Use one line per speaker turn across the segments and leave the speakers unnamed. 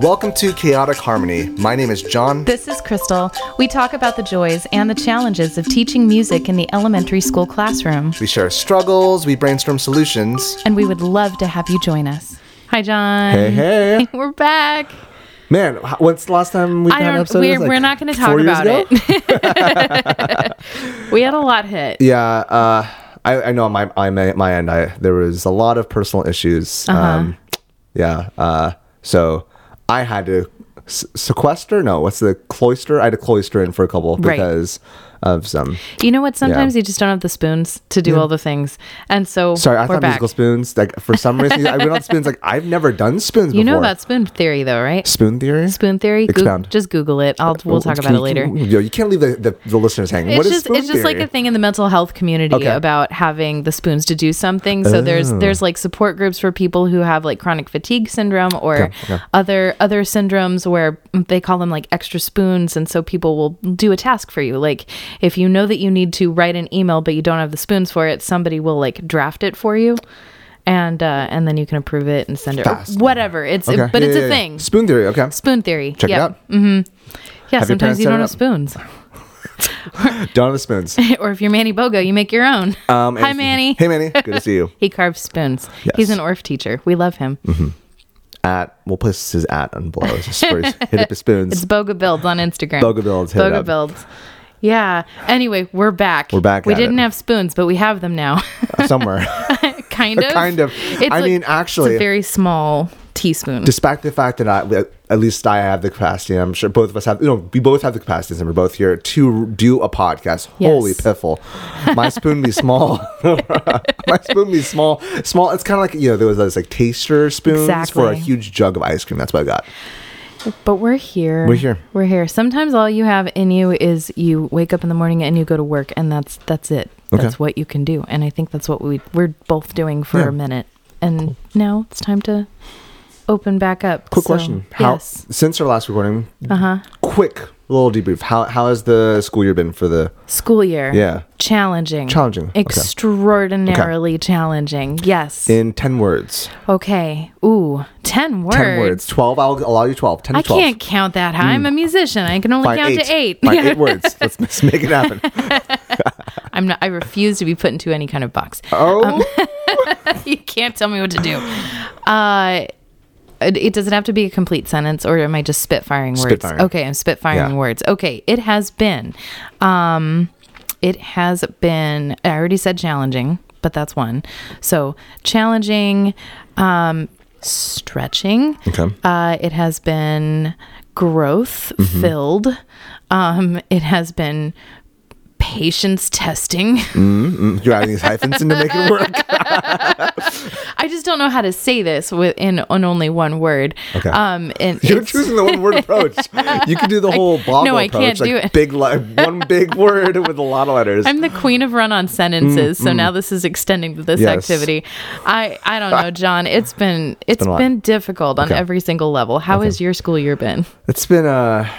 Welcome to Chaotic Harmony. My name is John.
This is Crystal. We talk about the joys and the challenges of teaching music in the elementary school classroom,
We share struggles, we brainstorm solutions.
and we would love to have you join us. Hi, John.
Hey, hey.
We're back.
Man, h- when's the last time we
I
had an
don't.
episode? of
We're,
this? Like
we're not going to
four
talk
years
about
ago?
it. we had a lot hit.
Yeah, uh, I, I know on my, on my, my end, I, there was a lot of personal issues.
Uh-huh.
Um, yeah, uh, so I had to s- sequester. No, what's the cloister? I had to cloister in for a couple
Right.
because of some.
You know what? Sometimes you just don't have the spoons to do all the things, and so
Sorry, I
we're
thought
back.
musical spoons. Like for some reason, I went on spoons. Like I've never done spoons.
you know
before.
about spoon theory, though, right?
spoon theory?
Spoon theory. Goo-
Expound.
just Google it. I'll we'll talk about it later.
Yo, Oh, you can't leave the, the, the listeners hanging.
It's
what is
just
spoon
it's just like
theory?
a thing in the mental health community
Okay. Oh.
about having the spoons to do something. So there's there's like support groups for people who have like chronic fatigue syndrome or other other syndromes where they call them like extra spoons and so people will do a task for you. Like if you know that you need to write an email but you don't have the spoons for it, somebody will like draft it for you. And uh, and then you can approve it and send it or
Fascinating.
whatever. It's
Okay.
but
Yeah,
it's
yeah,
a
yeah.
thing.
Spoon theory. Okay,
Spoon theory.
check
Yep. Mm-hmm.
it
Yeah,
Have your
sometimes
parents
you
set
don't
it
have
up?
spoons.
out. Don't have spoons.
or if you're Manny Bogo, you make your own.
Um,
Hi,
and-
Manny.
Hey, Manny. Good to see you.
He carves spoons.
Yes. Mm-hmm.
He's an ORF teacher. We love him.
At we'll place his at and below. His spurs. Hit up his spoons.
It's Boga Builds on Instagram.
Boga Builds, hit it
Boga
up.
Builds. Yeah. Anyway, we're back. We're
back
We
at
didn't
it.
have spoons, but we have them now.
somewhere.
kind of.
Kind of. I mean, actually-
it's a very small teaspoon.
Despite the fact that I, at least I have the capacity, and I'm sure both of us have. You know, we both have the capacity, and we're both here to do a podcast. Holy
Yes.
piffle! My spoon be small. My spoon be small. Small. It's kind of like you know there was those like taster spoons for a
Exactly.
huge jug of ice cream. That's what I got.
but we're here.
We're here.
We're here. Sometimes all you have in you is you wake up in the morning and you go to work, and that's that's it.
Okay.
That's what you can do. And I think that's what we we're both doing for
Yeah.
a minute. And now it's time to open back up.
Quick
So,
question. How
yes.
since our last recording?
Uh huh.
Quick little debrief. How how has the school year been for the?
School year.
Yeah.
Challenging.
Challenging. Okay.
Extraordinarily challenging. Yes.
In ten words.
okay. Ooh. Ten words.
Ten words. Twelve. I'll allow you twelve. Ten to
I
twelve.
can't count that high. I'm a musician. I can only
Fine,
count to eight.
Fine,
Yeah.
eight words. Let's, let's make it happen.
I'm not. I refuse to be put into any kind of box.
Oh,
Um, you can't tell me what to do. Uh, it, it does it have to be a complete sentence, or am I just spitfiring words?
Spitfiring.
Okay, I'm spitfiring
Yeah.
words. Okay, it has been. Um, it has been. I already said challenging, but that's one. So challenging, um, stretching.
Okay.
Uh, it has been growth
Mm-hmm.
filled. Um, it has been patience testing.
Mm, you're adding these hyphens in to make it work.
I just don't know how to say this within on only one word.
Okay.
Um, and
You're
it's-
choosing the one word approach. You could do the whole bobble
no, I
approach,
can't
like
do it.
big li- one big word with a lot of letters.
I'm the queen of run-on sentences, so now this is extending to this
Mm, Yes.
activity. I I don't know, John. It's been it's
been a
been,
lot.
difficult on
Okay.
every single level. How has your school year been?
It's been a,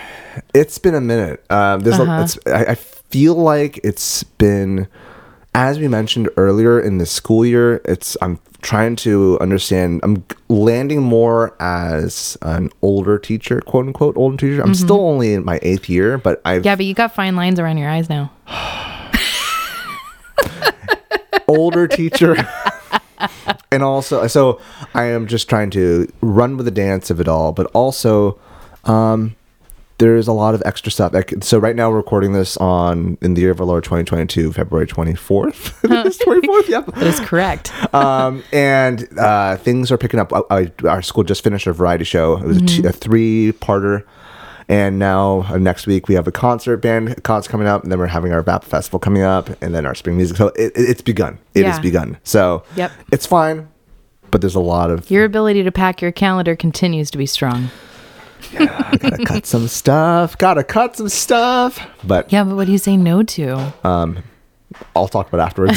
it's been a minute. Um, there's a, it's, I, I feel like it's been, as we mentioned earlier in the school year, it's I'm trying to understand. I'm landing more as an older teacher, quote unquote, older teacher. I'm still only in my eighth year, but I've
Yeah, but you got fine lines around your eyes now.
older teacher. and also, so I am just trying to run with the dance of it all, but also, um, there's a lot of extra stuff. Like, so right now, we're recording this on in the year of our Lord 2022, February 24th. It is 24th, yep.
That is correct.
Um, and uh, things are picking up. I, I, our school just finished a variety show. It was a
Mm-hmm.
t- a three-parter. And now uh, next week we have a concert band concert coming up, and then we're having our VAP festival coming up, and then our spring music. So it, it- it's begun. It has
Yeah.
begun. So
Yep.
it's fine, but there's a lot of
your ability to pack your calendar continues to be strong.
I gotta cut some stuff. Gotta cut some stuff. But
Yeah, but what do you say no to?
I'll talk about it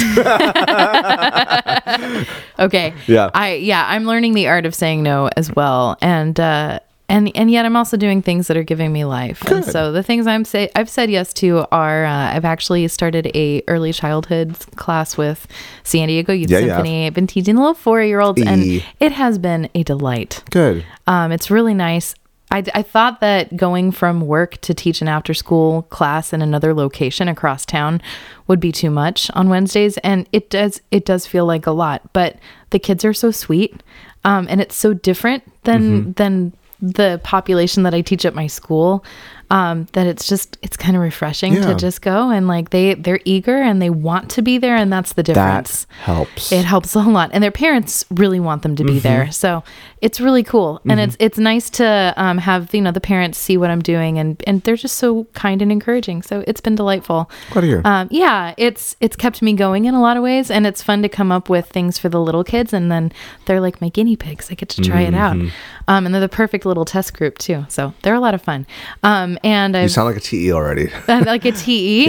afterwards.
Okay.
Yeah.
I yeah, I'm learning the art of saying no as well. And uh and and yet I'm also doing things that are giving me life. And so the things I'm say I've said yes to are uh, I've actually started a early childhood class with San Diego Youth
Yeah, E. you have.
Symphony. I've been teaching little four year olds,
Eee.
and it has been a delight.
Good.
Um, it's really nice. I, I thought that going from work to teach an after school class in another location across town would be too much on Wednesdays, and it does it does feel like a lot. But the kids are so sweet, um, and it's so different
Mm-hmm.
than than the population that I teach at my school. Um, that it's just it's kind of refreshing
Yeah.
to just go and like they they're eager and they want to be there, and that's the difference.
That helps.
It helps a lot, and their parents really want them to
Mm-hmm.
be there, so it's really cool, and it's it's nice to um, have you know the parents see what I'm doing, and and they're just so kind and encouraging. So it's been delightful.
Glad to hear.
Um, yeah, it's it's kept me going in a lot of ways, and it's fun to come up with things for the little kids, and then they're like my guinea pigs. I get to try it out,
Mm-hmm.
um, and they're the perfect little test group too. So they're a lot of fun. Um, and
you
I've
sound like a TE already.
like a E TE.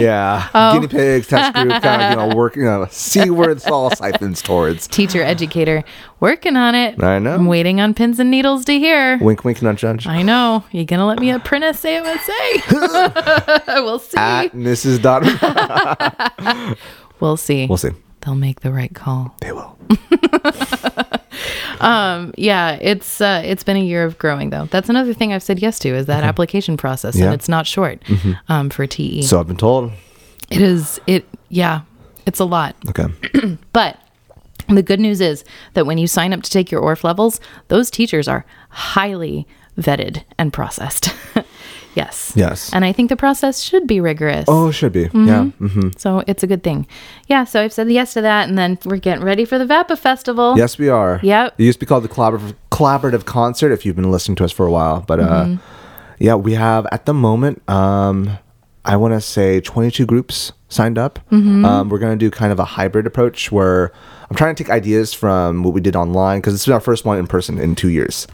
Yeah. Guinea pigs, test group, kind of, you know, work, you know, see where this all siphons towards.
Teacher, educator, working on it.
I know.
I'm waiting on pins and needles to hear.
Wink, wink, nudge, nudge.
I know. You gonna let me apprentice AMSA? we'll see.
At Mrs. Donovan.
we'll see.
we'll see.
They'll make the right call.
They will.
Yeah, it's uh, it's been a year of growing though. That's another thing I've said yes to is that application process,
Yeah.
and it's not short um, for TE.
So I've been told.
it is. It yeah, it's a lot.
Okay.
But the good news is that when you sign up to take your ORF levels, those teachers are highly vetted and processed. yes.
Yes.
And I think the process should be rigorous.
Oh, it should be. Yeah. Mm-hmm.
So it's a good thing. Yeah, so I've said yes to that, and then we're getting ready for the VAPA Festival.
Yes, we are.
Yep.
It used to be called the collaborative, collaborative concert if you've been listening to us for a while. But uh, yeah, we have at the moment, um, I want to say 22 groups signed up. Um, we're going to do kind of a hybrid approach where I'm trying to take ideas from what we did online because this is our first one in person in two years.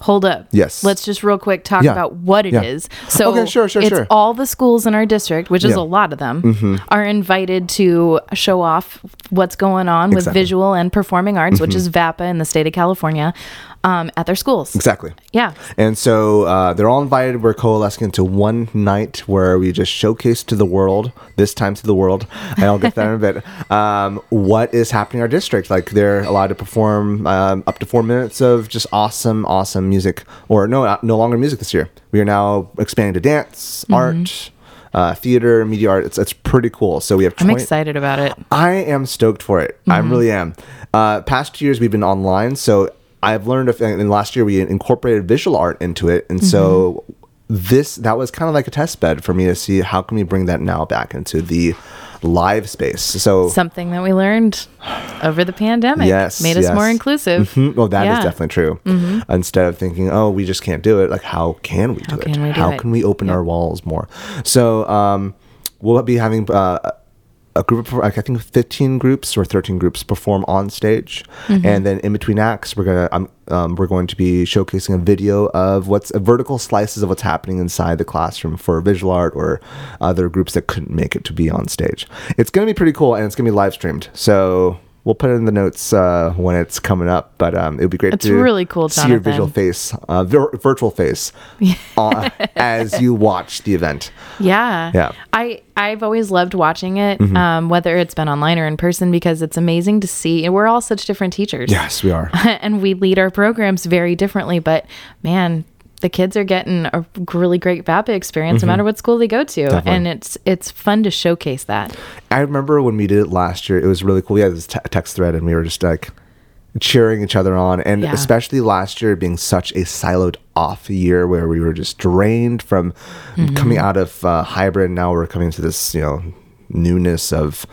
Hold up.
Yes.
Let's just real quick talk
Yeah.
about what it is.
Yeah.
So
Okay, sure, sure,
it's
sure.
all the schools in our district, which is
Yeah. Mm-hmm.
a lot of them, are invited to show off what's going on
Exactly. Mm-hmm.
with visual and performing arts, which is VAPA in the state of California, um, at their schools.
Exactly.
Yeah.
And so uh, they're all invited. We're coalescing into one night where we just showcase to the world, this time to the world, and I'll get that in a bit, um, what is happening in our district. Like they're allowed to perform um, up to four minutes of just awesome, awesome music, or no, not- no longer music this year. We are now expanding to dance, art, uh, theater, media art. It's, it's pretty cool. So we have
I'm
20
excited about it.
I am stoked for it. I
Mm-hmm.
really am. Uh, past two years we've been online, so I've learned. If, and last year we incorporated visual art into it, and so
Mm-hmm.
this that was kind of like a test bed for me to see how can we bring that now back into the live space. So
Something that we learned over the pandemic
Yes,
made us
yes.
more inclusive.
Hmm, well, that is
Yeah. Mm-hmm.
definitely true. Instead of thinking, oh, we just can't do it, like, how can we do it?
can we do
how
it?
can we open our walls more? So, um, we'll be having uh, a group of, like, I think, 15 groups or 13 groups perform on stage.
Mm-hmm.
And then in between acts, we're going to, um, um, we're going to be showcasing a video of what's vertical slices of what's happening inside the classroom for visual art or other groups that couldn't make it to be on stage. It's going to be pretty cool and it's going to be live streamed. So We'll put it in the notes uh, when it's coming up, but um, it would be great
It's
to
really cool,
see your
Jonathan.
visual face, uh, vir- virtual face, uh, as you watch the event.
Yeah.
Yeah.
I, I've always loved watching it, um, whether it's been online or in person, because it's amazing to see. And we're all such different teachers.
Yes, we are.
and we lead our programs very differently. But man, the kids are getting a really great VAPA experience no matter what school they go to. And it's it's fun to showcase that.
I remember when we did it last year; it was really cool. Yeah, this te- text thread, and we were just like cheering each other on, and
Yeah.
especially last year being such a siloed off year where we were just drained from coming out of uh, hybrid. Now we're coming to this, you know, newness of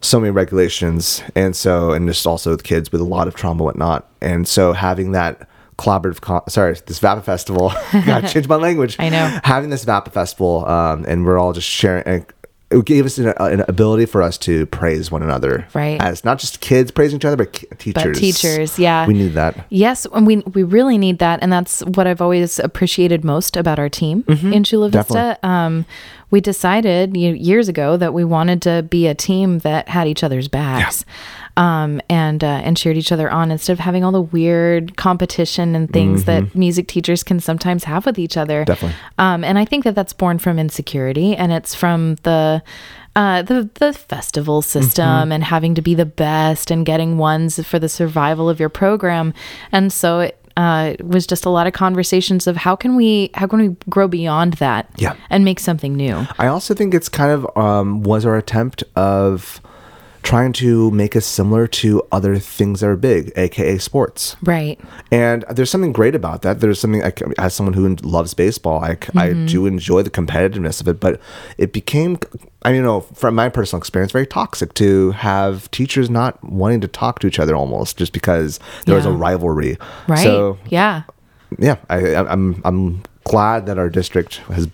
so many regulations and so and just also with kids with a lot of trauma and whatnot and so having that collaborative con- sorry this vapa festival gotta change my language
I know.
having this vapa festival um, and we're all just sharing and it gave us an, an ability for us to praise one another
Right.
as not just kids praising each other but ki- teachers
teachers, yeah.
we need that
Yes, and we we really need that, and that's what I've always appreciated most about our team in Chula Vista. Um, we decided you know, years ago that we wanted to be a team that had each other's backs, um, and uh, and cheered each other on instead of having all the weird competition and things that music teachers can sometimes have with each other.
Definitely.
Um, and I think that that's born from insecurity, and it's from the. Uh, the the festival
Mm-hmm.
system and having to be the best and getting ones for the survival of your program, and so it uh, was just a lot of conversations of how can we how can we grow beyond that
Yeah.
and make something new.
I also think it's kind of um, was our attempt of trying to make us similar to other things that are big, aka sports.
Right.
And there's something great about that. There's something I, c- as someone who loves baseball, I, c- I
Mm-hmm.
do enjoy the competitiveness of it, but it became, I mean, you know, from my personal experience, very toxic to have teachers not wanting to talk to each other almost just because there was a
Yeah.
rivalry.
Right.
So
yeah.
yeah, I, I- I'm I'm glad that our district has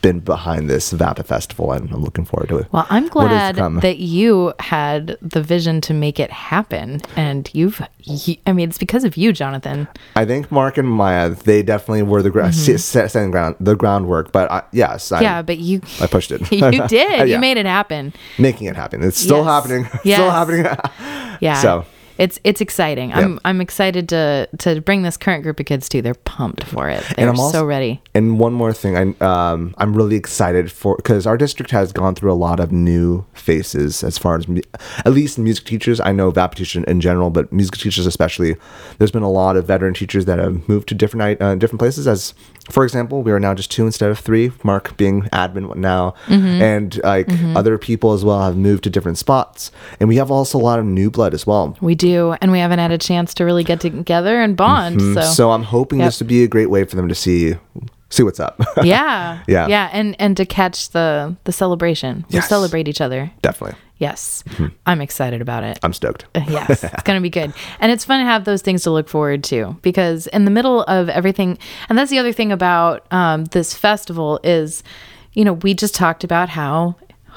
been behind this Vata festival, and I'm looking forward to it.
Well, I'm
What is to
glad
come.
that you had the vision to make it happen, and you've. y- I mean, it's because of you, Jonathan.
I think Mark and Maya they definitely were the gra- se- se- setting ground the groundwork, but I, yes, I,
Mm-hmm. yeah, but you.
I pushed it.
you did.
Yeah.
You made it happen.
making it happen. It's still
Yes.
happening. It's
Yes.
Still happening.
Yeah.
So.
It's it's exciting. I'm I'm excited to to bring this current group of kids to. They're pumped for it. They're
I'm also-
so ready.
And one more thing, I'm um, I'm really excited for because our district has gone through a lot of new faces as far as mu- at least music teachers. I know VAP teachers in general, but music teachers especially. There's been a lot of veteran teachers that have moved to different uh, different places. As for example, we are now just two instead of three. Mark being admin now,
Mm-hmm.
and like other people as well have moved to different spots. And we have also a lot of new blood as well.
We do, and we haven't had a chance to really get together and bond.
Mm-hmm. So, I'm hoping
Yep.
this would be a great way for them to see see what's up.
yeah
Yeah.
yeah and and to catch the the celebration
Yes. Mm-hmm.
we celebrate each other
Definitely,
yes i'm excited about it
I'm stoked.
yes it's going to be good and it's fun to have those things to look forward to because in the middle of everything and that's the other thing about um, this festival is you know we just talked about how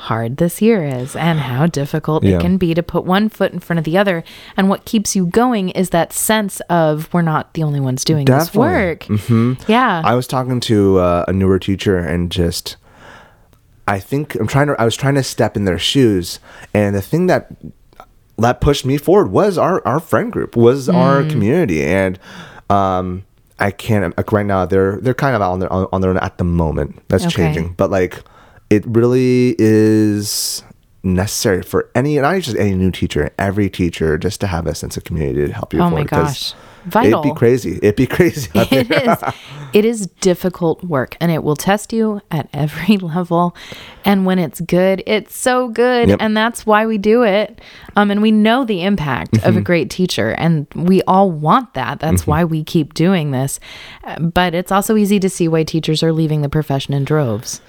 hard this year is and how difficult
Yeah.
it can be to put one foot in front of the other and what keeps you going is that sense of we're not the only ones doing
Definitely. Mm-hmm.
this work yeah
I was talking to uh, a newer teacher and just I think I'm trying to I was trying to step in their shoes and the thing that that pushed me forward was our our friend group was our
Mm.
community and um I can't like right now they're they're kind of out on their on their own at the moment that's
Okay.
changing but like it really is necessary for any and not just any new teacher every teacher just to have a sense of community to help you
oh my
forward 'cause
gosh vital
it'd be crazy it'd be crazy out there.
it is it is difficult work and it will test you at every level and when it's good it's so good
Yep.
and that's why we do it um, and we know the impact of
Mm-hmm.
a great teacher and we all want that that's why we keep doing this Uh, but it's also easy to see why teachers are leaving the profession in droves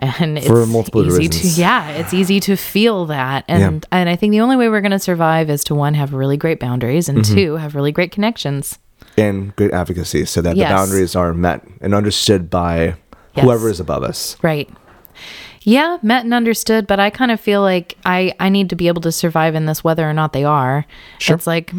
and it's
For multiple
easy
reasons.
to yeah it's easy to feel that and and i think the only way we're going to survive is to one have really great boundaries and
Mm-hmm.
two have really great connections
and great advocacy so that
Yes.
the boundaries are met and understood by
Yes.
whoever is above us.
Right. Yeah, met and understood, but I kind of feel like I I need to be able to survive in this whether or not they are.
Sure.
It's like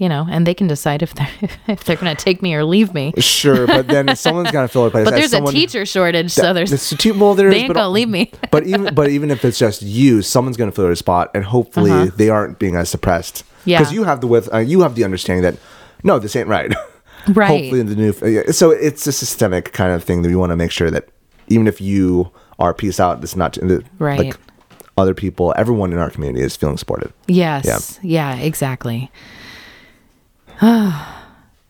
you know, and they can decide if they're if they're going to take me or leave me.
Sure, but then someone's got to fill a place.
But
As
there's
someone-
a teacher shortage, so there's
It's too- well, there
they
is,
ain't
but-
gonna leave me.
but even but even if it's just you, someone's going to fill your spot, and hopefully they aren't being as suppressed.
Uh-huh. Yeah.
because you have the with uh, you have the understanding that no, this ain't right.
Right.
Hopefully, the new uh, yeah, so it's a systemic kind of thing that we want to make sure that even if you are peace out, it's not that,
Right.
Like other people, everyone in our community is feeling supported.
Yes. Yeah, exactly.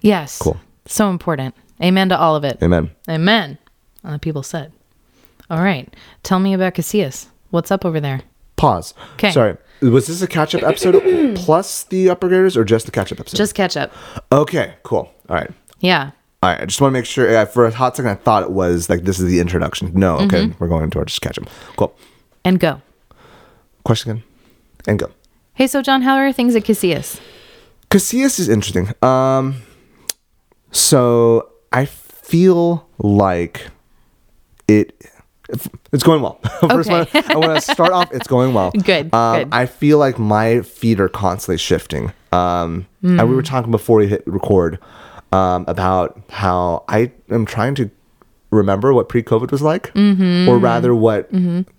yes.
Cool.
So important. Amen to all of it.
Amen.
Amen. And the people said. All right. Tell me about Casillas. What's up over there?
Pause.
'Kay.
Sorry. Was this a catch up episode plus the upper graders or just the catch up episode?
Just catch up.
okay, cool. All right.
Yeah.
All right. I just want to make sure. I, for a hot second, I thought it was like this is the introduction. No, okay. We're going into our just catch up. Cool.
And go.
Question again. And go.
Hey, so John, how are things at Casillas?
Casillas is interesting. Um, so I feel like it. It's going well. First
Okay.
one, I want to start off. It's going well.
Good,
Um,
good.
I feel like my feet are constantly shifting. Um, and we
Hmm.
were talking before we hit record um, about how I am trying to remember what pre-COVID
Mm-hmm.
was like, or rather, what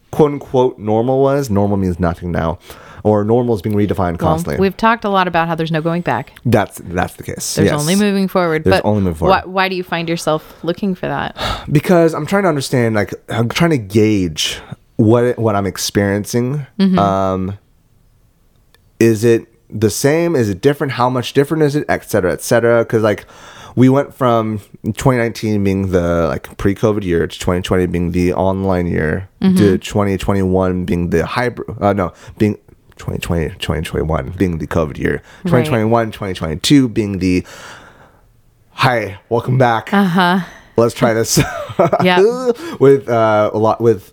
quote unquote normal was. Normal means nothing now. or normal is being redefined
Well,
constantly.
we've talked a lot about how there's no going back.
that's that's the case.
There's
yes.
only moving forward.
There's
but
only moving forward.
Why, why do you find yourself looking for that?
because I'm trying to understand, like I'm trying to gauge what it, what I'm experiencing.
Mm-hmm.
Um, is it the same? Is it different? How much different is it? Et cetera, et cetera. Because like we went from 2019 being the like pre-COVID year to 2020 being the online year
Mm-hmm.
to 2021 being the hybrid. Uh, no, being 2020, 2021 being the COVID year. 2021, 2022 being the hi, welcome back. Uh huh. Let's try this.
Uh-huh. Yeah.
with uh, a lot with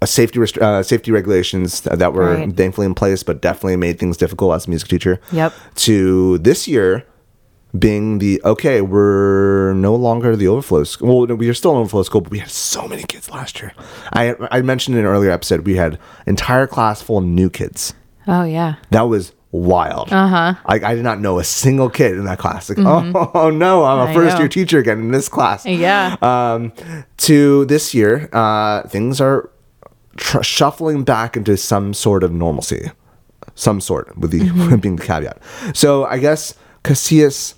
a safety restri- uh, safety regulations th- that were
Right.
thankfully in place, but definitely made things difficult as a music teacher.
Yep.
To this year being the okay, we're no longer the overflow school. Well, no, we are still an overflow school, but we had so many kids last year. I I mentioned in an earlier episode we had entire class full of new kids.
Oh yeah.
That was wild. Uh
Uh-huh.
huh. Like I did not know a single kid in that class. Like oh, no, I'm
I
a first
know.
year teacher again in this class.
Yeah.
Um, to this year, uh, things are tr- shuffling back into some sort of normalcy, some sort with the
Mm-hmm.
being the caveat. So I guess Casillas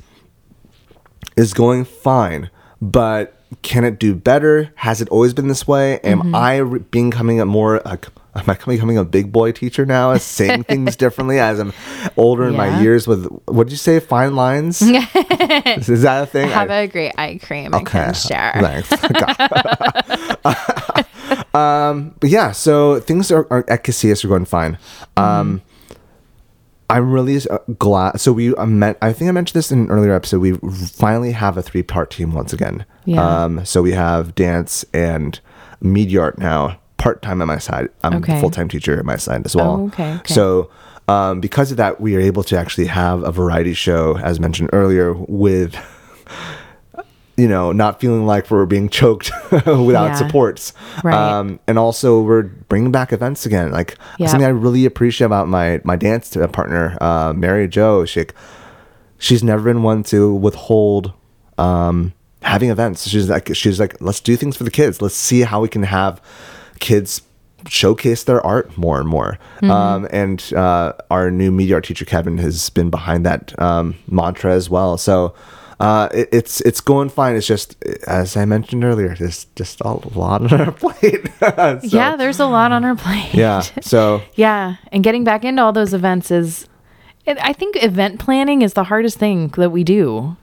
is going fine, but can it do better? Has it always been this way? Am
Mm-hmm.
I re- being coming a more like am I becoming a big boy teacher now? Is saying things differently as I'm older in
Yeah.
my years with what did you say? Fine lines? is that a thing? I-
Have a great eye cream. I can share.
Thanks. um, but yeah, so things are, are at Casillas are going fine.
Mm-hmm.
Um, I'm really uh, glad. So we I met. I think I mentioned this in an earlier episode. We finally have a three part team once again.
Yeah.
Um, so we have dance and media art now part time at my side. I'm
Okay.
a full time teacher at my side as well.
Oh, okay, okay.
So. Um, because of that, we are able to actually have a variety show, as mentioned earlier, with you know, not feeling like we're being choked without
Yeah.
supports.
Right.
Um, and also we're bringing back events again. Like
Yeah.
something I really appreciate about my, my dance t- partner, uh, Mary Jo, she, she's never been one to withhold, um, having events. She's like, she's like, let's do things for the kids. Let's see how we can have kids showcase their art more and more.
Mm-hmm.
Um, and, uh, our new media art teacher, Kevin has been behind that, um, mantra as well. So, uh, it, it's it's going fine. It's just as I mentioned earlier, there's just a lot on our plate. So,
Yeah, there's a lot on her plate.
yeah. So
Yeah, and getting back into all those events is, it, I think event planning is the hardest thing that we do.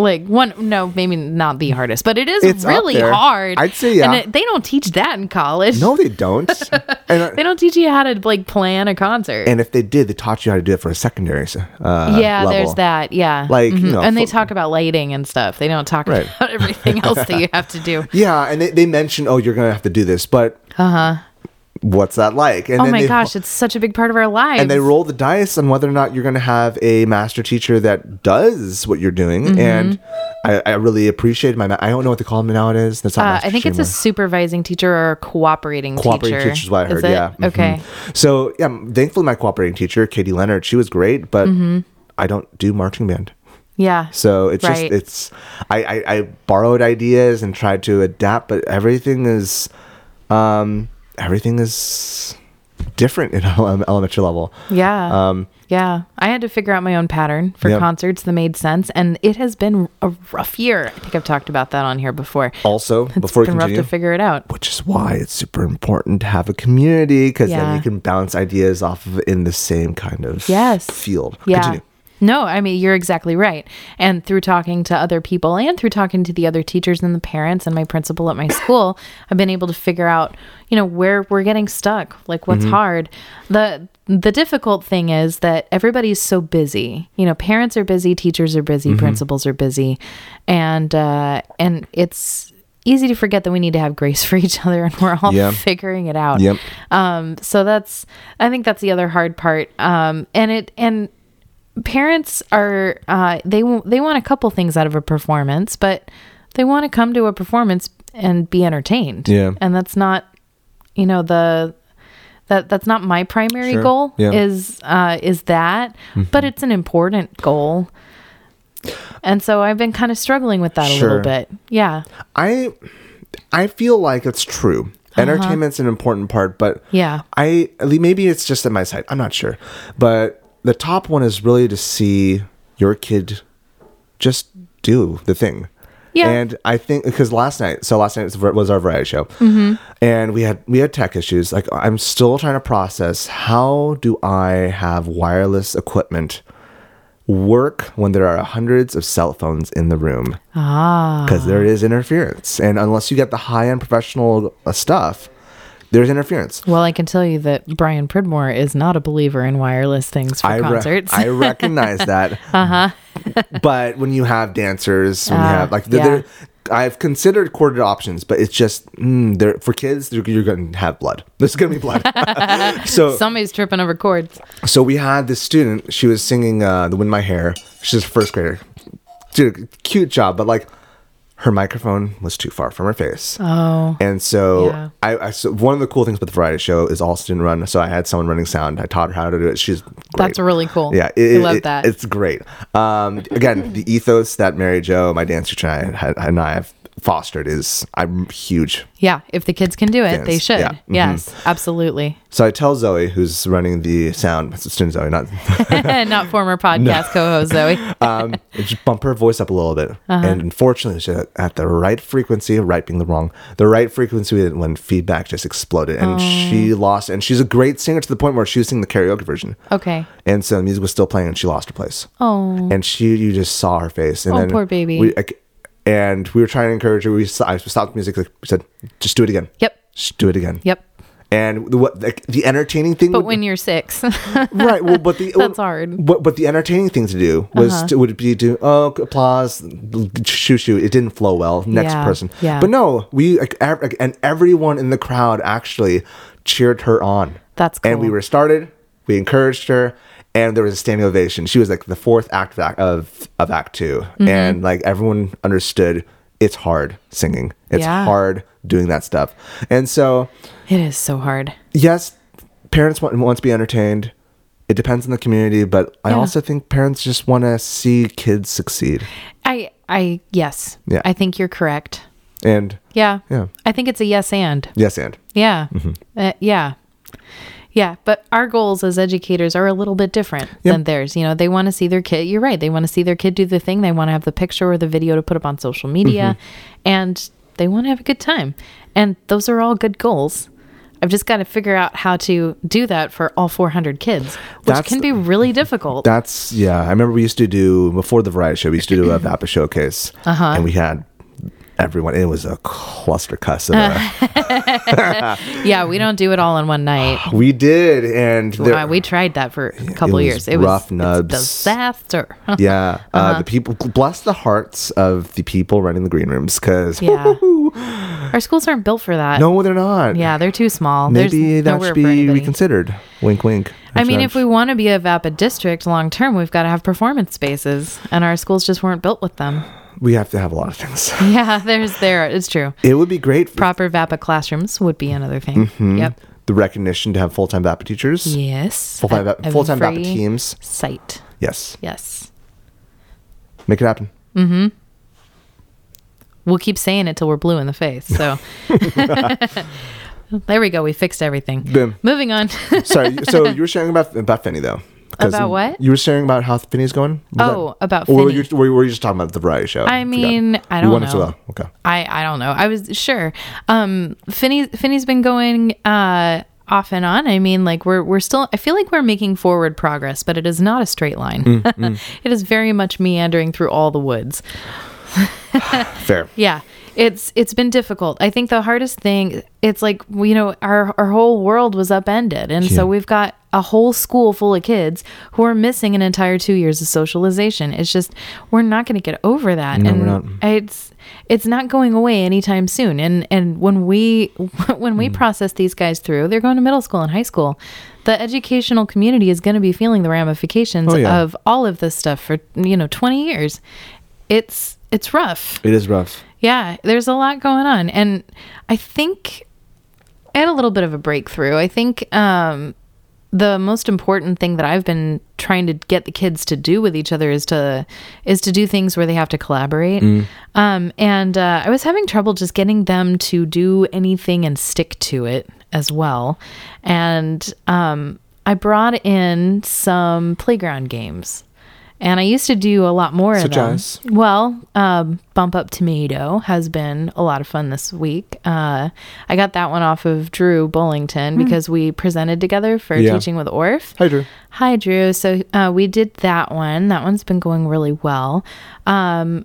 Like one, no, maybe not the hardest, but it is
It's up
really
there.
hard.
I'd say, yeah.
And it, they don't teach that in college.
no, they don't. and uh,
they don't teach you how to like plan a concert.
and if they did, they taught you how to do it for a secondary. Uh,
yeah,
level.
there's that. Yeah,
Like, you
Mhm.
know,
and they
fo-
talk about lighting and stuff. They don't talk
Right.
about everything else that you have to do.
Yeah, and they, they mention, oh, you're gonna have to do this, but uh huh. What's that like? And
Uh-huh. Oh my
they,
gosh, it's such a big part of our lives.
And they roll the dice on whether or not you're going to have a master teacher that does what you're doing.
Mm-hmm.
And I, I really appreciate my. Ma- I don't know what they call them nowadays. That's not.
uh,
master
I think
teacher
it's a
anymore.
supervising teacher or a cooperating,
cooperating
teacher.
teachers is what I
Is
heard.
it?
Yeah. mhm.
Okay.
So yeah, m- thankfully my cooperating teacher, Katie Leonard, she was great, but
Mm-hmm.
I don't do marching band.
Yeah.
So it's
Right.
just it's I, I I borrowed ideas and tried to adapt, but everything is um everything is different in ele- elementary level.
Yeah.
Um
yeah. I had to figure out my own pattern for
Yeah.
concerts that made sense. And it has been a rough year. I think I've talked about that on here before.
also before
it's
we
been rough
continue
to figure it out.
which is why it's super important to have a community because
Yeah.
then you can bounce ideas off of in the same kind of
Yes.
field.
Yeah.
Continue.
No, I mean, you're exactly right. And through talking to other people and through talking to the other teachers and the parents and my principal at my school, I've been able to figure out, you know, where we're getting stuck, like what's
Mm-hmm.
hard. The the difficult thing is that everybody's so busy. You know, parents are busy, teachers are busy,
Mm-hmm.
principals are busy. And uh and it's easy to forget that we need to have grace for each other and we're all
Yeah.
figuring it out.
Yep.
Um, so that's I think that's the other hard part. Um, and it and parents are uh, they w- they want a couple things out of a performance, but they want to come to a performance and be entertained.
Yeah.
and that's not you know the that that's not my primary
Sure.
goal
Yeah. Mm-hmm.
is uh, is that, but it's an important goal. And so I've been kind of struggling with that a
Sure.
little bit. Yeah.
I I feel like it's true. Entertainment's an important part, but
Uh-huh. Yeah.
I maybe it's just at my side. I'm not sure, but the top one is really to see your kid just do the thing.
Yeah.
And I think because last night, so last night was- was our variety show, mm-hmm. and we had we had tech issues. Like I'm still trying to process how do I have wireless equipment work when there are hundreds of cell phones in the room
Ah.
because there is interference, and unless you get the high end professional uh, stuff, there's interference.
Well, I can tell you that Brian Pridmore is not a believer in wireless things for
I re-
concerts. Uh-huh.
I recognize that. but when you have dancers, when you
Ah,
have like, they're,
yeah.
they're- I've considered corded options, but it's just mm, they're, for kids. You're, you're going to have blood. There's going to be blood. so
Somebody's tripping over cords.
so we had this student. She was singing uh, "The Wind in My Hair." She's a first grader. Dude, cute job, but like her microphone was too far from her face.
Oh.
And so
Yeah.
I, I so one of the cool things about the variety show is all student run. So I had someone running sound. I taught her how to do it. She's great.
That's really cool.
Yeah,
I
it,
love
it-
that.
It's great. Um, again, the ethos that Mary Jo, my dance teacher, and I, and I have fostered is I'm huge.
yeah. If the kids can do it, they
Yes,
should.
yeah, mhm.
Yes. Absolutely.
So I tell Zoe, who's running the sound, it's student Zoe, not
not former podcast co-host Zoe.
um, just bump her voice up a little bit.
Uh-huh.
And unfortunately, she, at the right frequency, right being the wrong, the right frequency when feedback just exploded, and she lost. And she's a great singer to the point where she was singing the karaoke version.
Okay.
and so the music was still playing and she lost her place
Oh.
and she you just saw her face and
Oh,
then
poor baby.
we, like, and we were trying to encourage her we stopped, I stopped the music like we said just do it again
Yep.
just do it again
Yep.
and the, what like, the entertaining thing
But
would-
when you're six,
right well but the
That's hard. Uh-huh.
but, but the entertaining thing to do was to, would be to oh applause shoo shoo it didn't flow well next
Yeah,
person
yeah.
but no we like, ev- like, and everyone in the crowd actually cheered her on
That's
and we
cool.
were started we encouraged her and there was a standing ovation she was like the fourth act of act, of, of act 2
Mm-hmm.
and like everyone understood it's hard singing it's
Yeah.
hard doing that stuff and so
it is so hard.
yes, parents want, want to be entertained. It depends on the community, but I also think parents just want to see kids succeed.
I I yes.
Yeah.
I think you're correct.
And
Yeah.
Yeah.
I think it's a yes and.
yes, and
Yeah.
Mm-hmm.
Uh, yeah. Yeah, but our goals as educators are a little bit different than theirs. You know, they want to see their kid, you're right, they want to see their kid do the thing. They want to have the picture or the video to put up on social media
Mm-hmm.
and they want to have a good time. And those are all good goals. I've just got to figure out how to do that for all 400 kids, which
That's-
can be really difficult.
that's yeah. I remember we used to do before the variety show. We used to do a Vapa showcase,
Uh-huh.
and we had everyone. It was a cluster cuss. Of uh, a,
yeah, we don't do it all in one night.
we did, and there-
Uh, we tried that for a couple
was
years. It
rough
was
nubs.
It's a disaster.
yeah, uh,
Uh-huh.
the people bless the hearts of the people running the green rooms because
yeah. Our schools aren't built for that.
no, they're not.
Yeah, they're too small.
maybe
There's
that
nowhere
should
for
be
anybody.
reconsidered. Wink, wink.
I mean, if
Nudge,
we want to be a Vapa district long term, we've got to have performance spaces, and our schools just weren't built with them.
nudge. we have to have a lot of things.
Yeah, there's there. It's true.
It would be great for
Proper Vapa classrooms would be another thing.
Mm-hmm.
Yep.
the recognition to have full time BAPA teachers,
Yes.
full time
At
full time BAPA
every
teams.
Site.
Yes,
Yes.
make it happen.
We'll keep saying it till we're blue in the face. So. there we go. We fixed everything.
Boom.
Moving on.
Sorry, so you were sharing about about Finney though. 'Cause
About what?
You were sharing about how Finney's going. Was
Oh, about
or Were
Finney.
you, were, you- were you just talking about the variety show?
I
forgot.
mean, I
You
don't
wanted to-
know.
oh, okay.
I I don't know. I was sure. Um, Finney Finney's been going uh off and on. I mean, like we're we're still. I feel like we're making forward progress, but it is not a straight line. it is very much meandering through all the woods.
Fair.
Yeah. It's it's been difficult. I think the hardest thing it's like you know our our whole world was upended and
Yeah.
so we've got a whole school full of kids who are missing an entire 2 years of socialization. It's just we're not going to get over that and
we're not.
it's it's not going away anytime soon. And and when we when
Mm.
we process these guys through, they're going to middle school and high school. The educational community is going to be feeling the ramifications
Oh, yeah.
of all of this stuff for you know 20 years. It's it's rough.
It is rough.
Yeah, there's a lot going on. And I think I had a little bit of a breakthrough. I think um, the most important thing that I've been trying to get the kids to do with each other is to is to do things where they have to collaborate.
Mm.
Um, and uh, I was having trouble just getting them to do anything and stick to it as well. And um, I brought in some playground games. And I used to do a lot more
Such
of them.
as?
Well, um, Bump Up Tomato has been a lot of fun this week. Uh, I got that one off of Drew Bullington because we presented together for
Hmm. Yeah.
Teaching with ORF.
Hi, Drew.
Hi, Drew. So uh, we did that one. That one's been going really well. Um,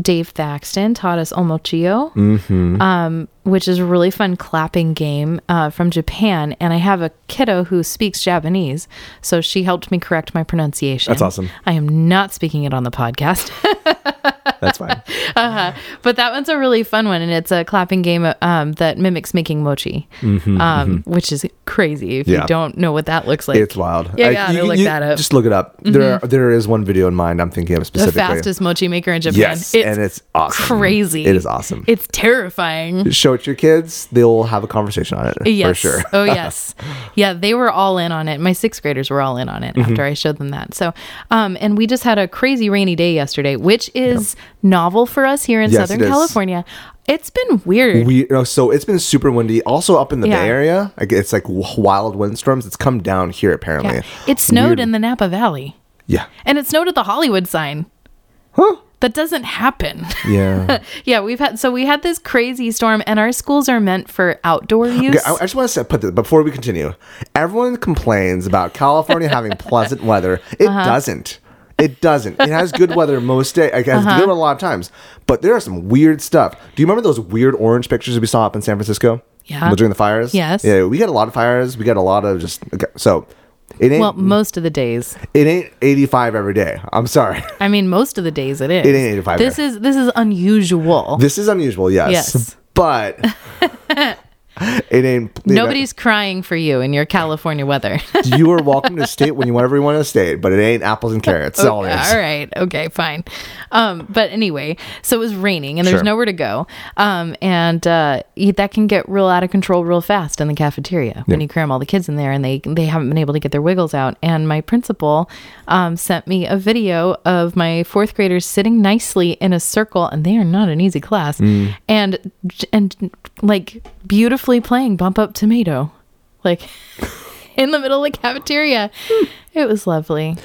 Dave Thaxton taught us Omochio,
Mm-hmm.
um, which is a really fun clapping game uh, from Japan. And I have a kiddo who speaks Japanese, so she helped me correct my pronunciation.
That's awesome.
I am not speaking it on the podcast.
That's fine.
Uh, But that one's a really fun one, and it's a clapping game um, that mimics making mochi, um, which is crazy if
Mm-hmm, Yeah.
you don't know what that looks like.
it's wild.
Yeah,
I-
you gotta look that up. Mm-hmm.
Just look it up. There, are, there is one video in mind. I'm thinking of
the
specifically.
fastest mochi maker in Japan.
Yes, and it's awesome.
crazy.
It is awesome.
It's terrifying.
Show it to your kids. They'll have a conversation on it
Yes.
for sure.
oh yes. Yeah, they were all in on it. My sixth graders were all in on it
Mm-hmm.
after I showed them that. So, um, and we just had a crazy rainy day yesterday, which is novel for us here in
Yes,
Southern
it is.
California. It's been weird.
We oh, so it's been super windy. Also up in the
Yeah.
Bay Area, like, it's like w- wild windstorms. It's come down here apparently.
yeah. It snowed
Weird.
in the Napa Valley,
Yeah.
and it snowed at the Hollywood sign. That doesn't happen.
Yeah.
yeah, we've had so we had this crazy storm, and our schools are meant for outdoor use.
Okay, I, I just want to put this before we continue. Everyone complains about California having pleasant weather. It
Uh-huh.
doesn't. It doesn't. It has good weather most day. It
Uh-huh.
has good weather a lot of times, but there are some weird stuff. Do you remember those weird orange pictures we saw up in San Francisco?
Yeah.
During the fires.
Yes.
Yeah, we got a lot of fires. We got a lot of just okay. So it ain't
well, most of the days.
it ain't eighty five every day. I'm sorry.
I mean, most of the days it is.
It ain't 85
This is this is unusual.
This is unusual. Yes.
Yes.
But it ain't it-
Nobody's crying for you in your California weather.
you are welcome to state when you whenever you want to state, but it ain't apples and carrots. That's all it is.
All right. Okay. Fine. Um, but anyway, so it was raining and there's
Sure.
nowhere to go. Um, and uh, y- that can get real out of control real fast in the cafeteria when you cram all the kids in there and they they haven't been able to get their wiggles out. And my principal um, sent me a video of my fourth graders sitting nicely in a circle, and they are not an easy class,
Mm.
and and like beautifully playing bump up tomato, like. In the middle of the cafeteria.
Hmm.
It was lovely.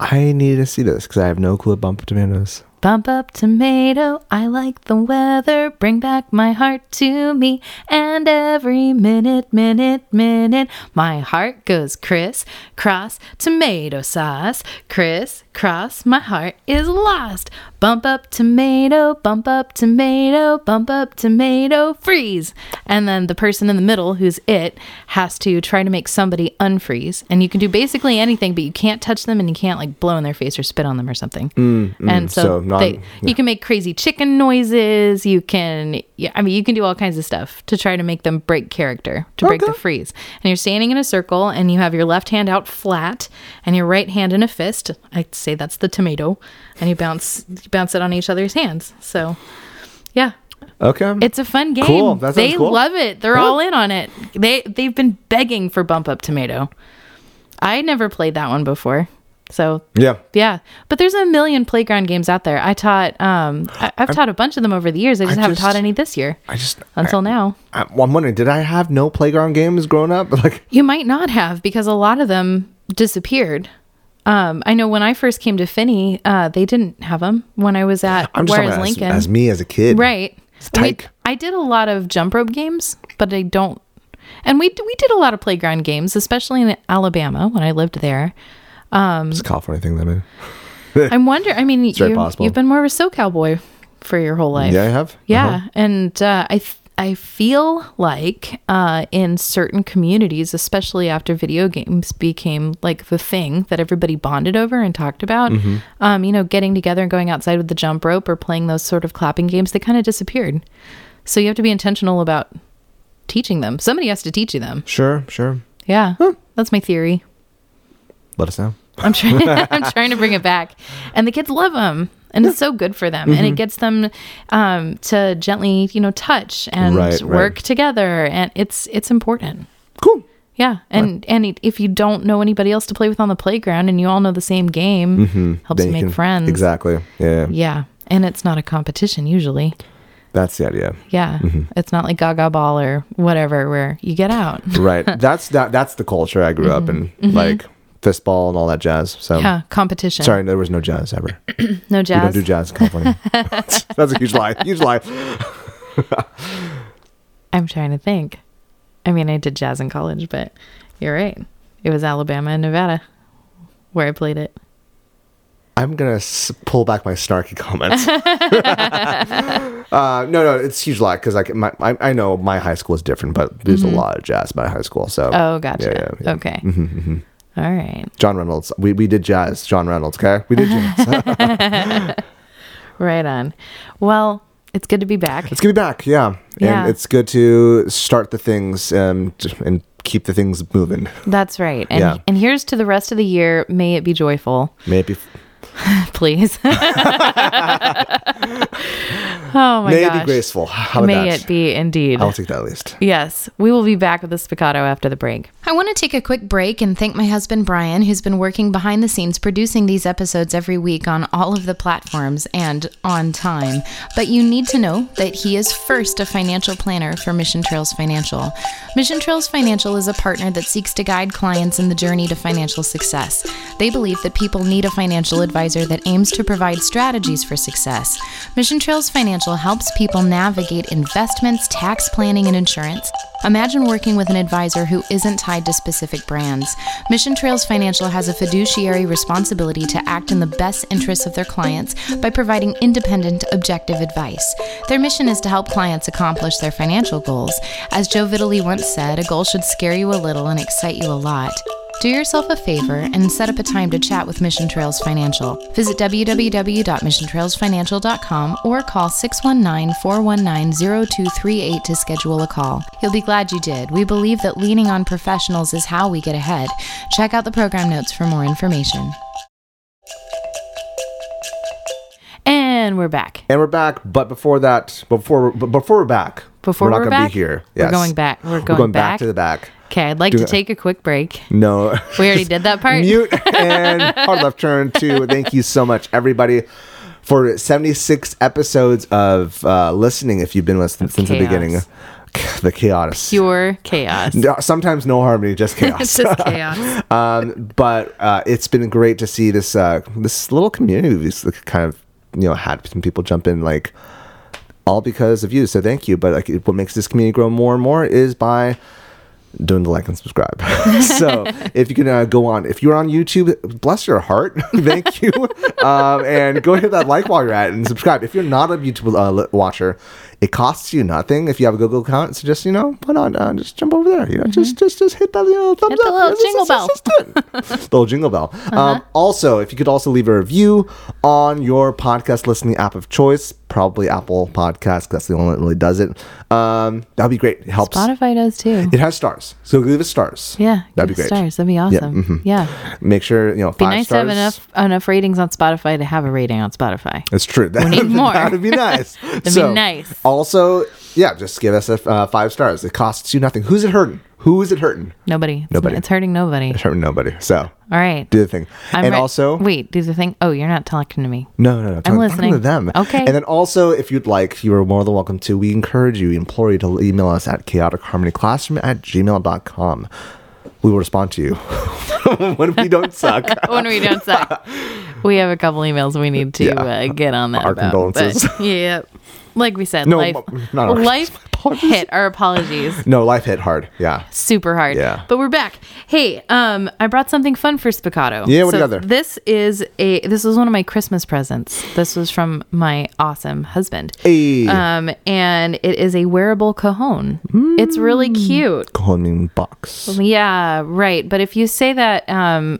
I need to see this because I have no clue what bump tomatoes.
Bump up tomato, I like the weather. Bring back my heart to me. And every minute, minute, minute, my heart goes criss cross tomato sauce. Criss cross, my heart is lost. Bump up tomato, bump up tomato, bump up tomato, freeze. And then the person in the middle, who's it, has to try to make somebody unfreeze. And you can do basically anything, but you can't touch them and you can't like blow in their face or spit on them or something and so,
so non-
they,
yeah.
you can make crazy chicken noises you can yeah, i mean you can do all kinds of stuff to try to make them break character to break the
Okay.
freeze and you're standing in a circle and you have your left hand out flat and your right hand in a fist i'd say that's the tomato and you bounce you bounce it on each other's hands so yeah
Okay.
it's a fun game
Cool. That sounds
they
cool.
love it they're
Yeah.
all in on it they they've been begging for bump up tomato i never played that one before so
yeah.
yeah, but there's a million playground games out there. I taught, um, I, I've taught a bunch of them over the years. I just haven't
just-
taught any this year
I just
until now.
I, I, am wondering, did I have no playground games growing up? Like
You might not have because a lot of them disappeared. Um, I know when I first came to Finney, uh, they didn't have them when I was at
I'm just
whereas
talking about as,
Lincoln,
as me as a kid.
right? We-
tight.
I did a lot of jump rope games, but I don't. And we we did a lot of playground games, especially in Alabama when I lived there.
It's a California thing that I mean.
I'm wonder. I mean,
very
you,
possible.
you've been more of a SoCal boy for your whole life.
Yeah, I have. Uh-huh.
Yeah, and uh, I th- I feel like uh, in certain communities, especially after video games became like the thing that everybody bonded over and talked about, um, you know, getting together and going outside with the jump rope or playing those sort of clapping games, they kind of disappeared. So you have to be intentional about teaching them. Somebody has to teach you them.
Sure, sure.
Yeah, that's my theory.
Let us know.
I'm trying. I'm trying to bring it back, and the kids love them, and it's so good for them,
Mm-hmm.
and it gets them um, to gently, you know, touch and
Right, right.
work together, and it's it's important.
Cool.
Yeah, and and it- if you don't know anybody else to play with on the playground, and you all know the same game, helps
Hmm. Then
you
you
make
can-
friends.
Exactly. Yeah,
Yeah, and it's not a competition usually.
that's the idea.
Yeah,
Mm-hmm.
it's not like Gaga Ball or whatever where you get out.
Right. that's that. That's the culture I grew up in, like fistball and all that jazz. So
Mm-hmm. Yeah, competition.
sorry, there was no jazz ever.
no
We don't
jazz.
do jazz in California. that's a huge lie. Huge lie.
I'm trying to think. I mean, I did jazz in college, but you're right. It was Alabama and Nevada where I played it.
I'm gonna s- pull back my snarky comments. uh, no, no, it's a huge lot because like my, I, I know my high school is different, but there's a lot of jazz at my high school. So
Mm-hmm. Oh, gotcha. Oh.
yeah, yeah. Mm. Mm-hmm,
Okay. All right.
John Reynolds, we, we did jazz. John Reynolds, okay, we did jazz.
Right on. Well, it's good to be back.
it's good to be back, yeah,
Yeah.
and it's good to start the things um, just- and keep the things moving.
That's right. And
Yeah.
and here's to the rest of the year. May it be joyful,
Maybe
please. oh my
maybe
gosh.
graceful. How about
May
that?
it be indeed.
I'll take that at least.
Yes, we will be back with the spiccato after the break. I want to take a quick break and thank my husband Brian, who's been working behind the scenes producing these episodes every week on all of the platforms and on time. But you need to know that he is first a financial planner for Mission Trails Financial. Mission Trails Financial is a partner that seeks to guide clients in the journey to financial success. They believe that people need a financial advisor that aims to provide strategies for success. Mission Trails Financial helps people navigate investments, tax planning, and insurance. Imagine working with an advisor who isn't tied to specific brands. Mission Trails Financial has a fiduciary responsibility to act in the best interests of their clients by providing independent, objective advice. Their mission is to help clients accomplish their financial goals. As Joe Vitale once said, a goal should scare you a little and excite you a lot. Do yourself a favor and set up a time to chat with Mission Trails Financial. Visit www.missiontrailsfinancial.com or call 619 419 0238 to schedule a call. You'll be glad you did. We believe that leaning on professionals is how we get ahead. Check out the program notes for more information. And we're back.
And we're back, but before that, before but before we're back,
Before
we're not
we're
gonna
back,
be here.
we're
Yes.
going back- we're going back.
to the back.
Okay, I'd like
Do
to
it.
take a quick break.
No,
We already did that part.
mute and hard left turn too. Thank you so much, everybody, for 76 episodes of uh, listening. If you've been with us since the
chaos.
beginning, the chaos.
Pure chaos.
No, sometimes no harmony, just chaos.
It's just chaos.
um, but uh, it's been great to see this uh, this little community. We've s- kind of you know had some people jump in like all because of you. So thank you. But like, it- what makes this community grow more and more is by doing the like and subscribe. so if you can uh, go on, if you're on YouTube, bless your heart, thank you, um, and go hit that like while you're at it and subscribe. If you're not a YouTube uh, li- watcher, it costs you nothing. If you have a Google account, so just you know, why not uh, just jump over there? You know, just just just hit that you know thumbs
Mm-hmm. Hit the
up.
little
It's- it's-
jingle
it's-
bell.
it's just it. little jingle bell.
Uh-huh.
Um, also, if you could also leave a review on your podcast listening app of choice, probably Apple Podcasts, 'cause that's the only one that really does it. Um, that'd be great. It helps.
Spotify does too.
It has stars, so leave us stars.
Yeah,
that'd be
give us
great.
Stars, that'd be awesome. Yeah,
Make sure you know
be
five
nice
stars.
to have enough enough ratings on Spotify to have a rating on Spotify.
It's true. That
need more.
That would be nice. That'd
be nice.
Also, yeah, just give us a uh, five stars. It costs you nothing. Who's it hurting? Who is it hurting?
Nobody, it's,
Nobody.
it's hurting nobody.
It's hurting nobody. So
All right,
do the thing.
I'm
and
re-
also,
wait, do the thing. Oh, you're not talking to me.
No, no, no. Talk,
listening.
Talking to them.
Okay.
And then also, if you'd like, you are more than welcome to. We encourage you, implore you to email us at chaoticharmonyclassroom at gmail.com. We will respond to you when we don't suck.
when we don't suck, we have a couple emails we need to uh, get on that.
Our
about,
condolences.
But, yeah, like we said,
No,
life,
m- not our-
life hit our apologies.
No, life hit hard. Yeah.
super hard.
Yeah.
But we're back. Hey, um, I brought something fun for Spiccato.
Yeah, what do you got there?
This is a this is one of my Christmas presents. This was from my awesome husband.
Hey.
Um, and it is a wearable cajon. It's really
Mm.
cute.
Coning box.
Yeah, right. But if you say that um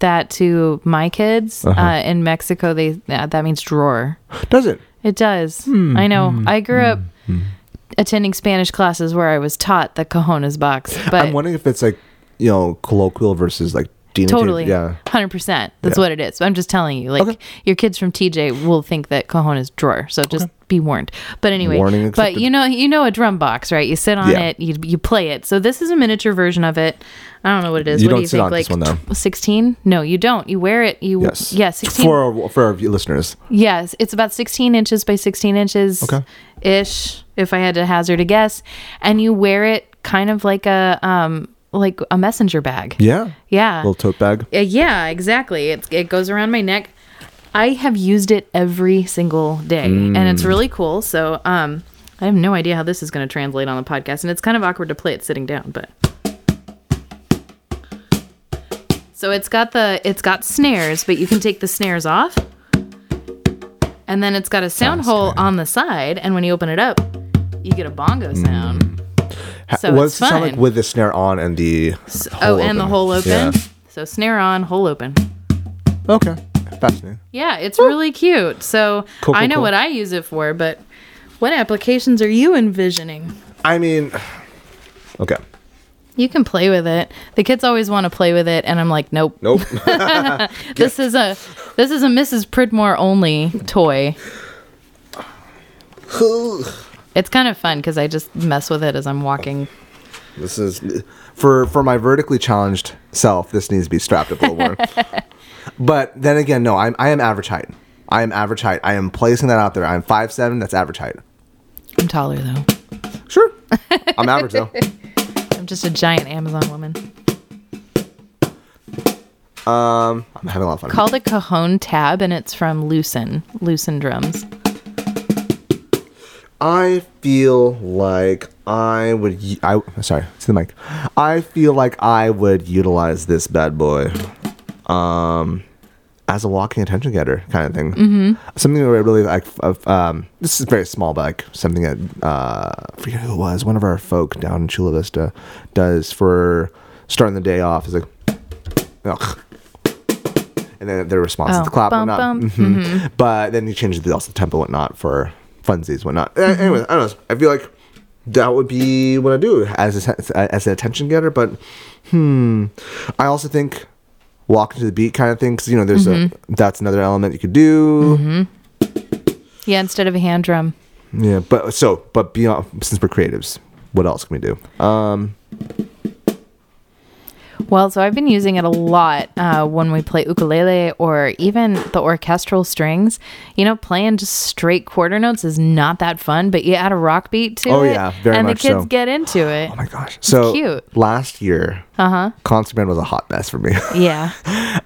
that to my kids
Uh-huh.
uh in Mexico, they uh, that means drawer.
Does it?
It does.
Hmm,
I know. I grew up. Attending Spanish classes where I was taught the cojones box, but
I'm wondering if it's like, you know, colloquial versus like Do you need to-
Totally.
yeah.
100%. That's
Yeah.
what it is. I'm just telling you. Like,
Okay.
your kids from TJ will think that Cajon is drawer. So just be warned. But anyway,
Warning
but
accepted.
you know, you know, a drum box, right? You sit on
Yeah.
it, you, you play it. So this is a miniature version of it. I don't know what it is.
You
what
don't
do you
sit
think?
on
like
this one, though.
tw- 16? No, you don't. You wear it. You,
Yes.
yeah, 16.
For for our listeners,
Yes, it's about 16 inches by 16 inches
Okay.
ish, if I had to hazard a guess. And you wear it kind of like a um like a messenger bag.
yeah,
Yeah.
little tote bag.
Uh, yeah, exactly. It, it goes around my neck. I have used it every single day, and it's really
Mm.
cool. So, um, I have no idea how this is going to translate on the podcast, and it's kind of awkward to play it sitting down, but. So it's got the it's got snares, but you can take the snares off. And then it's got a sound hole on the side, and when you open it up, you get a bongo
Mm.
sound.
Ha-
So
what does
it's
it sound like
fine.
with the snare on and the
oh,
hole
and the
open?
hole open.
Yeah.
So snare on, hole open.
Okay, fascinating.
Yeah, it's really cute. So
Cool, cool,
I know
cool.
what I use it for, but what applications are you envisioning?
I mean, okay,
You can play with it. The kids always want to play with it, and I'm like, nope.
nope.
This is a this is a Mrs. Pridmore only toy. It's kind of fun because I just mess with it as I'm walking.
this is for for my vertically challenged self. This needs to be strapped up a little more. but then again, no, I'm I am average height. I am average height. I am placing that out there. I'm five seven. That's average height.
I'm taller though.
Sure, I'm average though.
I'm just a giant Amazon woman.
Um, I'm having a lot of fun.
Called a Cajon Tab, and it's from Lucin Lucin Drums.
I feel like I would. u- I sorry to the mic. I feel like I would utilize this bad boy, um, as a walking attention getter kind of thing. Mm-hmm. Something that I really like. Of, um, this is very small, but like something that uh, I forget who it was. One of our folk down in Chula Vista does for starting the day off. Is like, ugh. And then their response is
Oh,
the clap,
bum,
whatnot.
bum. Mm-hmm.
Mhm. But then you change the also the tempo and whatnot for funsies, whatnot. A-
Mm-hmm.
Anyway, I don't know. I feel like that would be what I do as a, as an attention getter. But hmm, I also think walking to the beat kind of thing because you know there's
Mm-hmm.
a that's another element you could do.
Yeah, instead of a hand drum.
Yeah, but so but beyond since we're creatives, what else can we do? Um,
Well, so I've been using it a lot uh, when we play ukulele or even the orchestral strings. You know, playing just straight quarter notes is not that fun, but you add a rock beat to
Oh,
it,
yeah, very
and
much
the kids
so.
get into it.
oh my gosh! So
cute.
last year,
Uh huh.
concert band was a hot mess for me.
Yeah.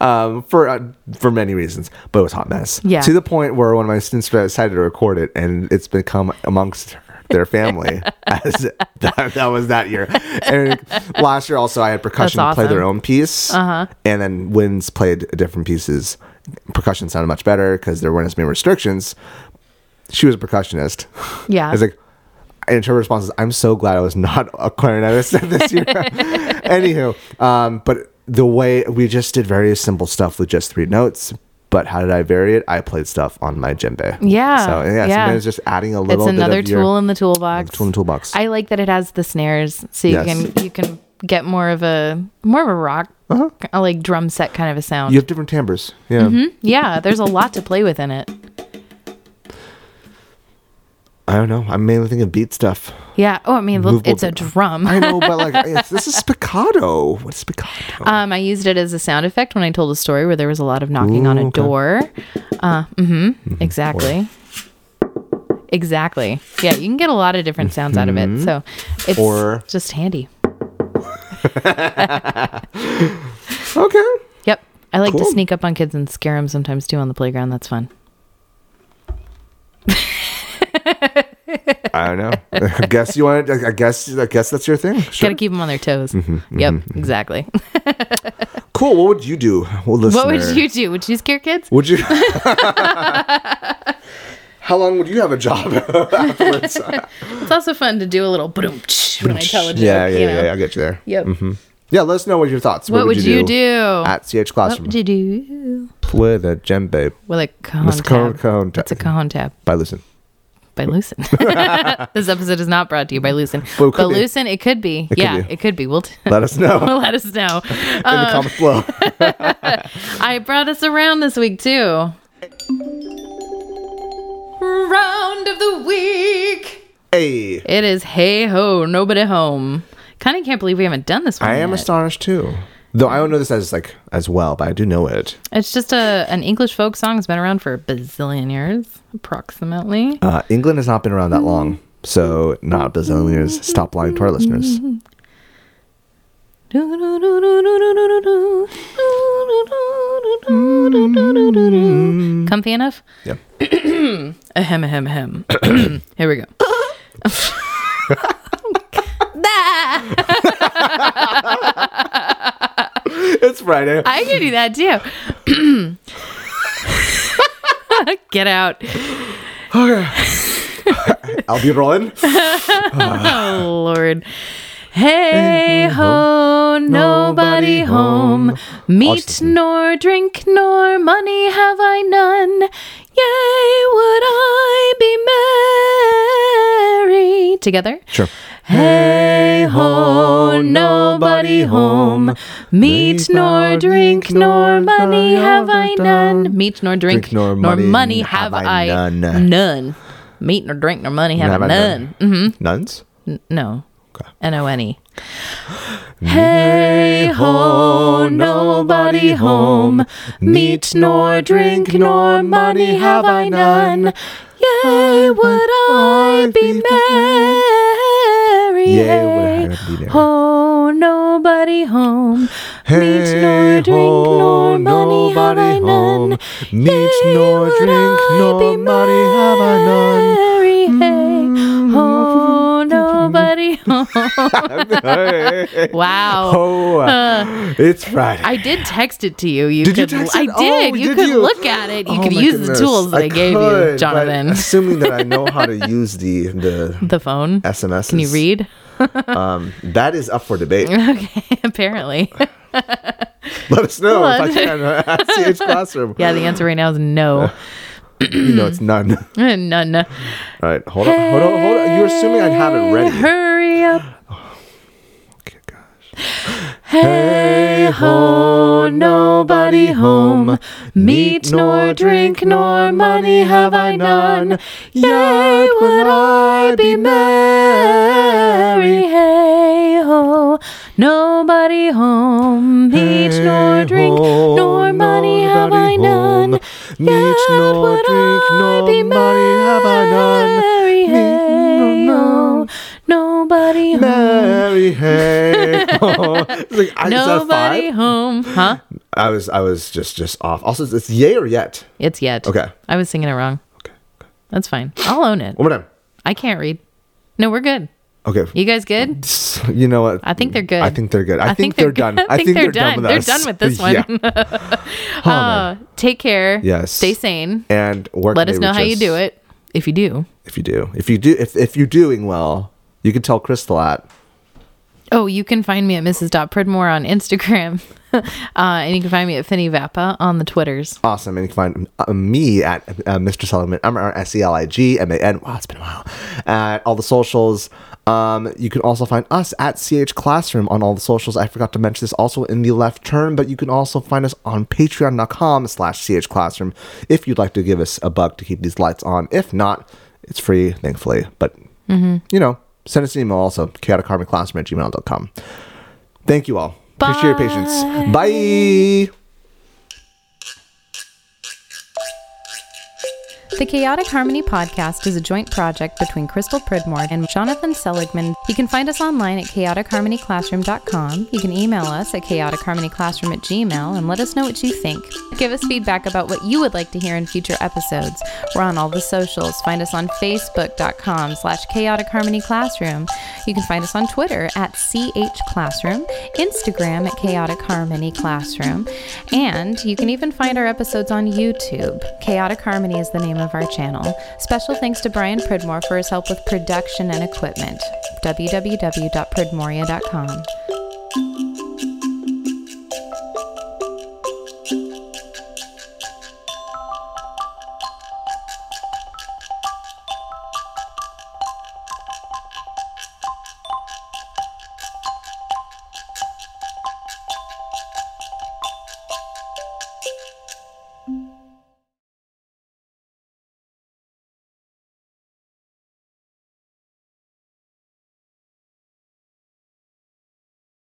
um, for uh, for many reasons, but it was a hot mess.
Yeah.
To the point where one of my students decided to record it, and it's become amongst their family. as that, that was that year. And last year also, I had percussion
That's
play their
awesome.
own piece, uh-huh. and then winds played different pieces. Percussion sounded much better because there weren't as many restrictions. She was a percussionist.
Yeah.
I was like, and her response is, I'm so glad I was not a clarinetist this year. Anywho, um, but the way we just did very simple stuff with just three notes. But how did I vary it? I played stuff on my djembe.
Yeah,
So yeah,
yeah.
sometimes just adding a
it's
little bit
another
of your-
tool in the toolbox.
tool in the toolbox.
I like that it has the snares, so you
Yes.
can you can get more of a more of a rock, uh like drum set kind of a sound.
Uh-huh.
Hmm?
you have different timbres. Yeah.
Mm-hmm. Yeah, there's a lot to play with in it.
I don't know. I'm mainly thinking beat stuff.
Yeah. Oh, I mean, look,
Movable
it's a drum.
I know, but like, it's, this is spiccato. What's spiccato?
Um, I used it as a sound effect when I told a story where there was a lot of knocking on a
Ooh, okay. Mm-hmm.
door. Uh, hmm Exactly. Exactly. Yeah, you can get a lot of different sounds out of it. So it's
Mm-hmm. Or-
just handy.
okay.
Yep. I like to
Cool.
sneak up on kids and scare them sometimes too on the playground. That's fun.
I don't know. I guess you want. I guess. I guess that's your thing. Sure. Mm-hmm,
Got to keep them on their toes. yep. Exactly.
Cool. What would you do? Well,
what would
listener?
you do? Would you scare kids?
Would you? How long would you have a job?
It's also fun to do a little boom when I tell a joke.
yeah, yeah,
you know?
yeah. I'll get you there.
Yep.
Yeah, let us know what your thoughts.
What would you do?
at CH
What
Classroom
would you Oh, do
with a djembe?
with a cone
Miss Cone
tab?
Cone.
It's a cone tab.
Bye, listen.
by Lucent. this episode is not brought to you by Lucent.
But it
But,
could be.
Lucent, it could be.
could
yeah,
be.
it could be. We'll, t-
Let us know
we'll let us know.
in the comments below.
I brought us around this week too. Round of the week.
hey,
It is hey ho, nobody home. Kind of can't believe we haven't done this one.
I am
yet.
astonished too. Though I don't know this as like as well, but I do know it.
It's just a an English folk song. It's been around for a bazillion years, approximately.
Uh, England has not been around that long,
Mm-hmm.
so not bazillion years. Stop lying to our listeners.
Comfy enough?
Yep.
Ahem, ahem, ahem. Here we go. Ah!
It's Friday.
I can do that too. Get out.
I'll be rolling.
Oh, Lord. Hey ho,
Nobody
nobody home.
home.
Meat
Austin.
nor drink nor money have I none. Yea, would I be merry. Together?
Sure.
Hey ho, nobody home. Meat nor drink nor money have I none. Meat nor drink,
Drink nor
nor, money,
money
have,
have
I
I
none.
none.
Meat nor drink nor money have, I
Have I
none.
none.
Mhm.
Nuns.
N- no. N O N E. Hey ho, nobody home. Meat nor drink nor money have I none. Yea, would I be merry.
Yea, would I be merry.
Ho, nobody home. Meat
Hey
nor drink
ho,
nor money have I
nobody home.
none.
Meat
Yea,
nor
would
drink
I
nor
be
money have I none.
merry. Hey ho,
Oh,
nobody home. Wow.
Oh, uh, it's Friday.
I did text it to you. You
Did
could
you text
I
it?
did.
Oh,
you
did
could
you?
look at it. You
Oh
could
my
use
goodness.
the tools that I, gave
could,
you,
but
Jonathan.
assuming that I know how to use the the
the phone.
SMS.
Can you read?
Um, that is up for debate.
Okay, apparently.
Let us know if I
Let-
can uh, at CH Classroom.
yeah, the answer right now is no.
You know it's none. All
None.
right, hold on, hold on, hold on. You're assuming I have it
Hey,
ready.
Hurry up.
Okay, gosh.
Hey Eh, ho, nobody home. Meat nor drink nor money have I none. Yea, would I be merry. Hey ho, nobody home. Meat nor drink
Hey-ho,
nor money have I
nobody
none.
home.
Yet
Meat nor
would
drink
I
nor
be
money have I none. Meat
merry.
nor-
Hey-ho, Nobody home.
Merry hey. ho. It's like, I, is that a
Nobody
five?
home, huh?
I was I was just just off. Also, it's yay or yet.
It's yet.
Okay.
I was singing it wrong.
Okay. okay.
That's fine. I'll own it.
One more time.
I can't read. No, we're good.
Okay.
You guys good?
S- You know what?
I think they're good.
I think they're good. I, think, they're, done.
good.
I think they're done. with
They're
us.
done with this one.
Yeah. Oh, man.
Uh, take care.
Yes.
Stay sane.
and where
Let
can
us
they
know how
reach
you do it. If you do.
If you do, if you do, if if you're doing well, you can tell Crystal at.
Oh, you can find me at Mrs. Pridmore on Instagram. uh, and you can find me at Finny Vappa on the Twitters.
Awesome. And you can find uh, me at uh, Mr. Solomon. I'm S E L I G M A N. Wow, it's been a while. At all the socials. Um, you can also find us at CH Classroom on all the socials. I forgot to mention this also in the left turn, but you can also find us on patreon.com slash CH Classroom if you'd like to give us a buck to keep these lights on. If not, it's free, thankfully. But, you know, send us an email also, chaotickarmiclassroom at gmail.com. Thank you all. Appreciate your patience. Bye.
The Chaotic Harmony podcast is a joint project between Crystal Pridmore and Jonathan Seligman. You can find us online at chaoticharmonyclassroom.com. You can email us at chaoticharmonyclassroom at gmail and let us know what you think. Give us feedback about what you would like to hear in future episodes. We're on all the socials. Find us on facebook.com slash chaoticharmonyclassroom. You can find us on Twitter at chclassroom, Instagram at chaotic harmony classroom, and you can even find our episodes on YouTube. Chaotic Harmony is the name of our channel. Special thanks to Brian Pridmore for his help with production and equipment. www.pridmoria.com.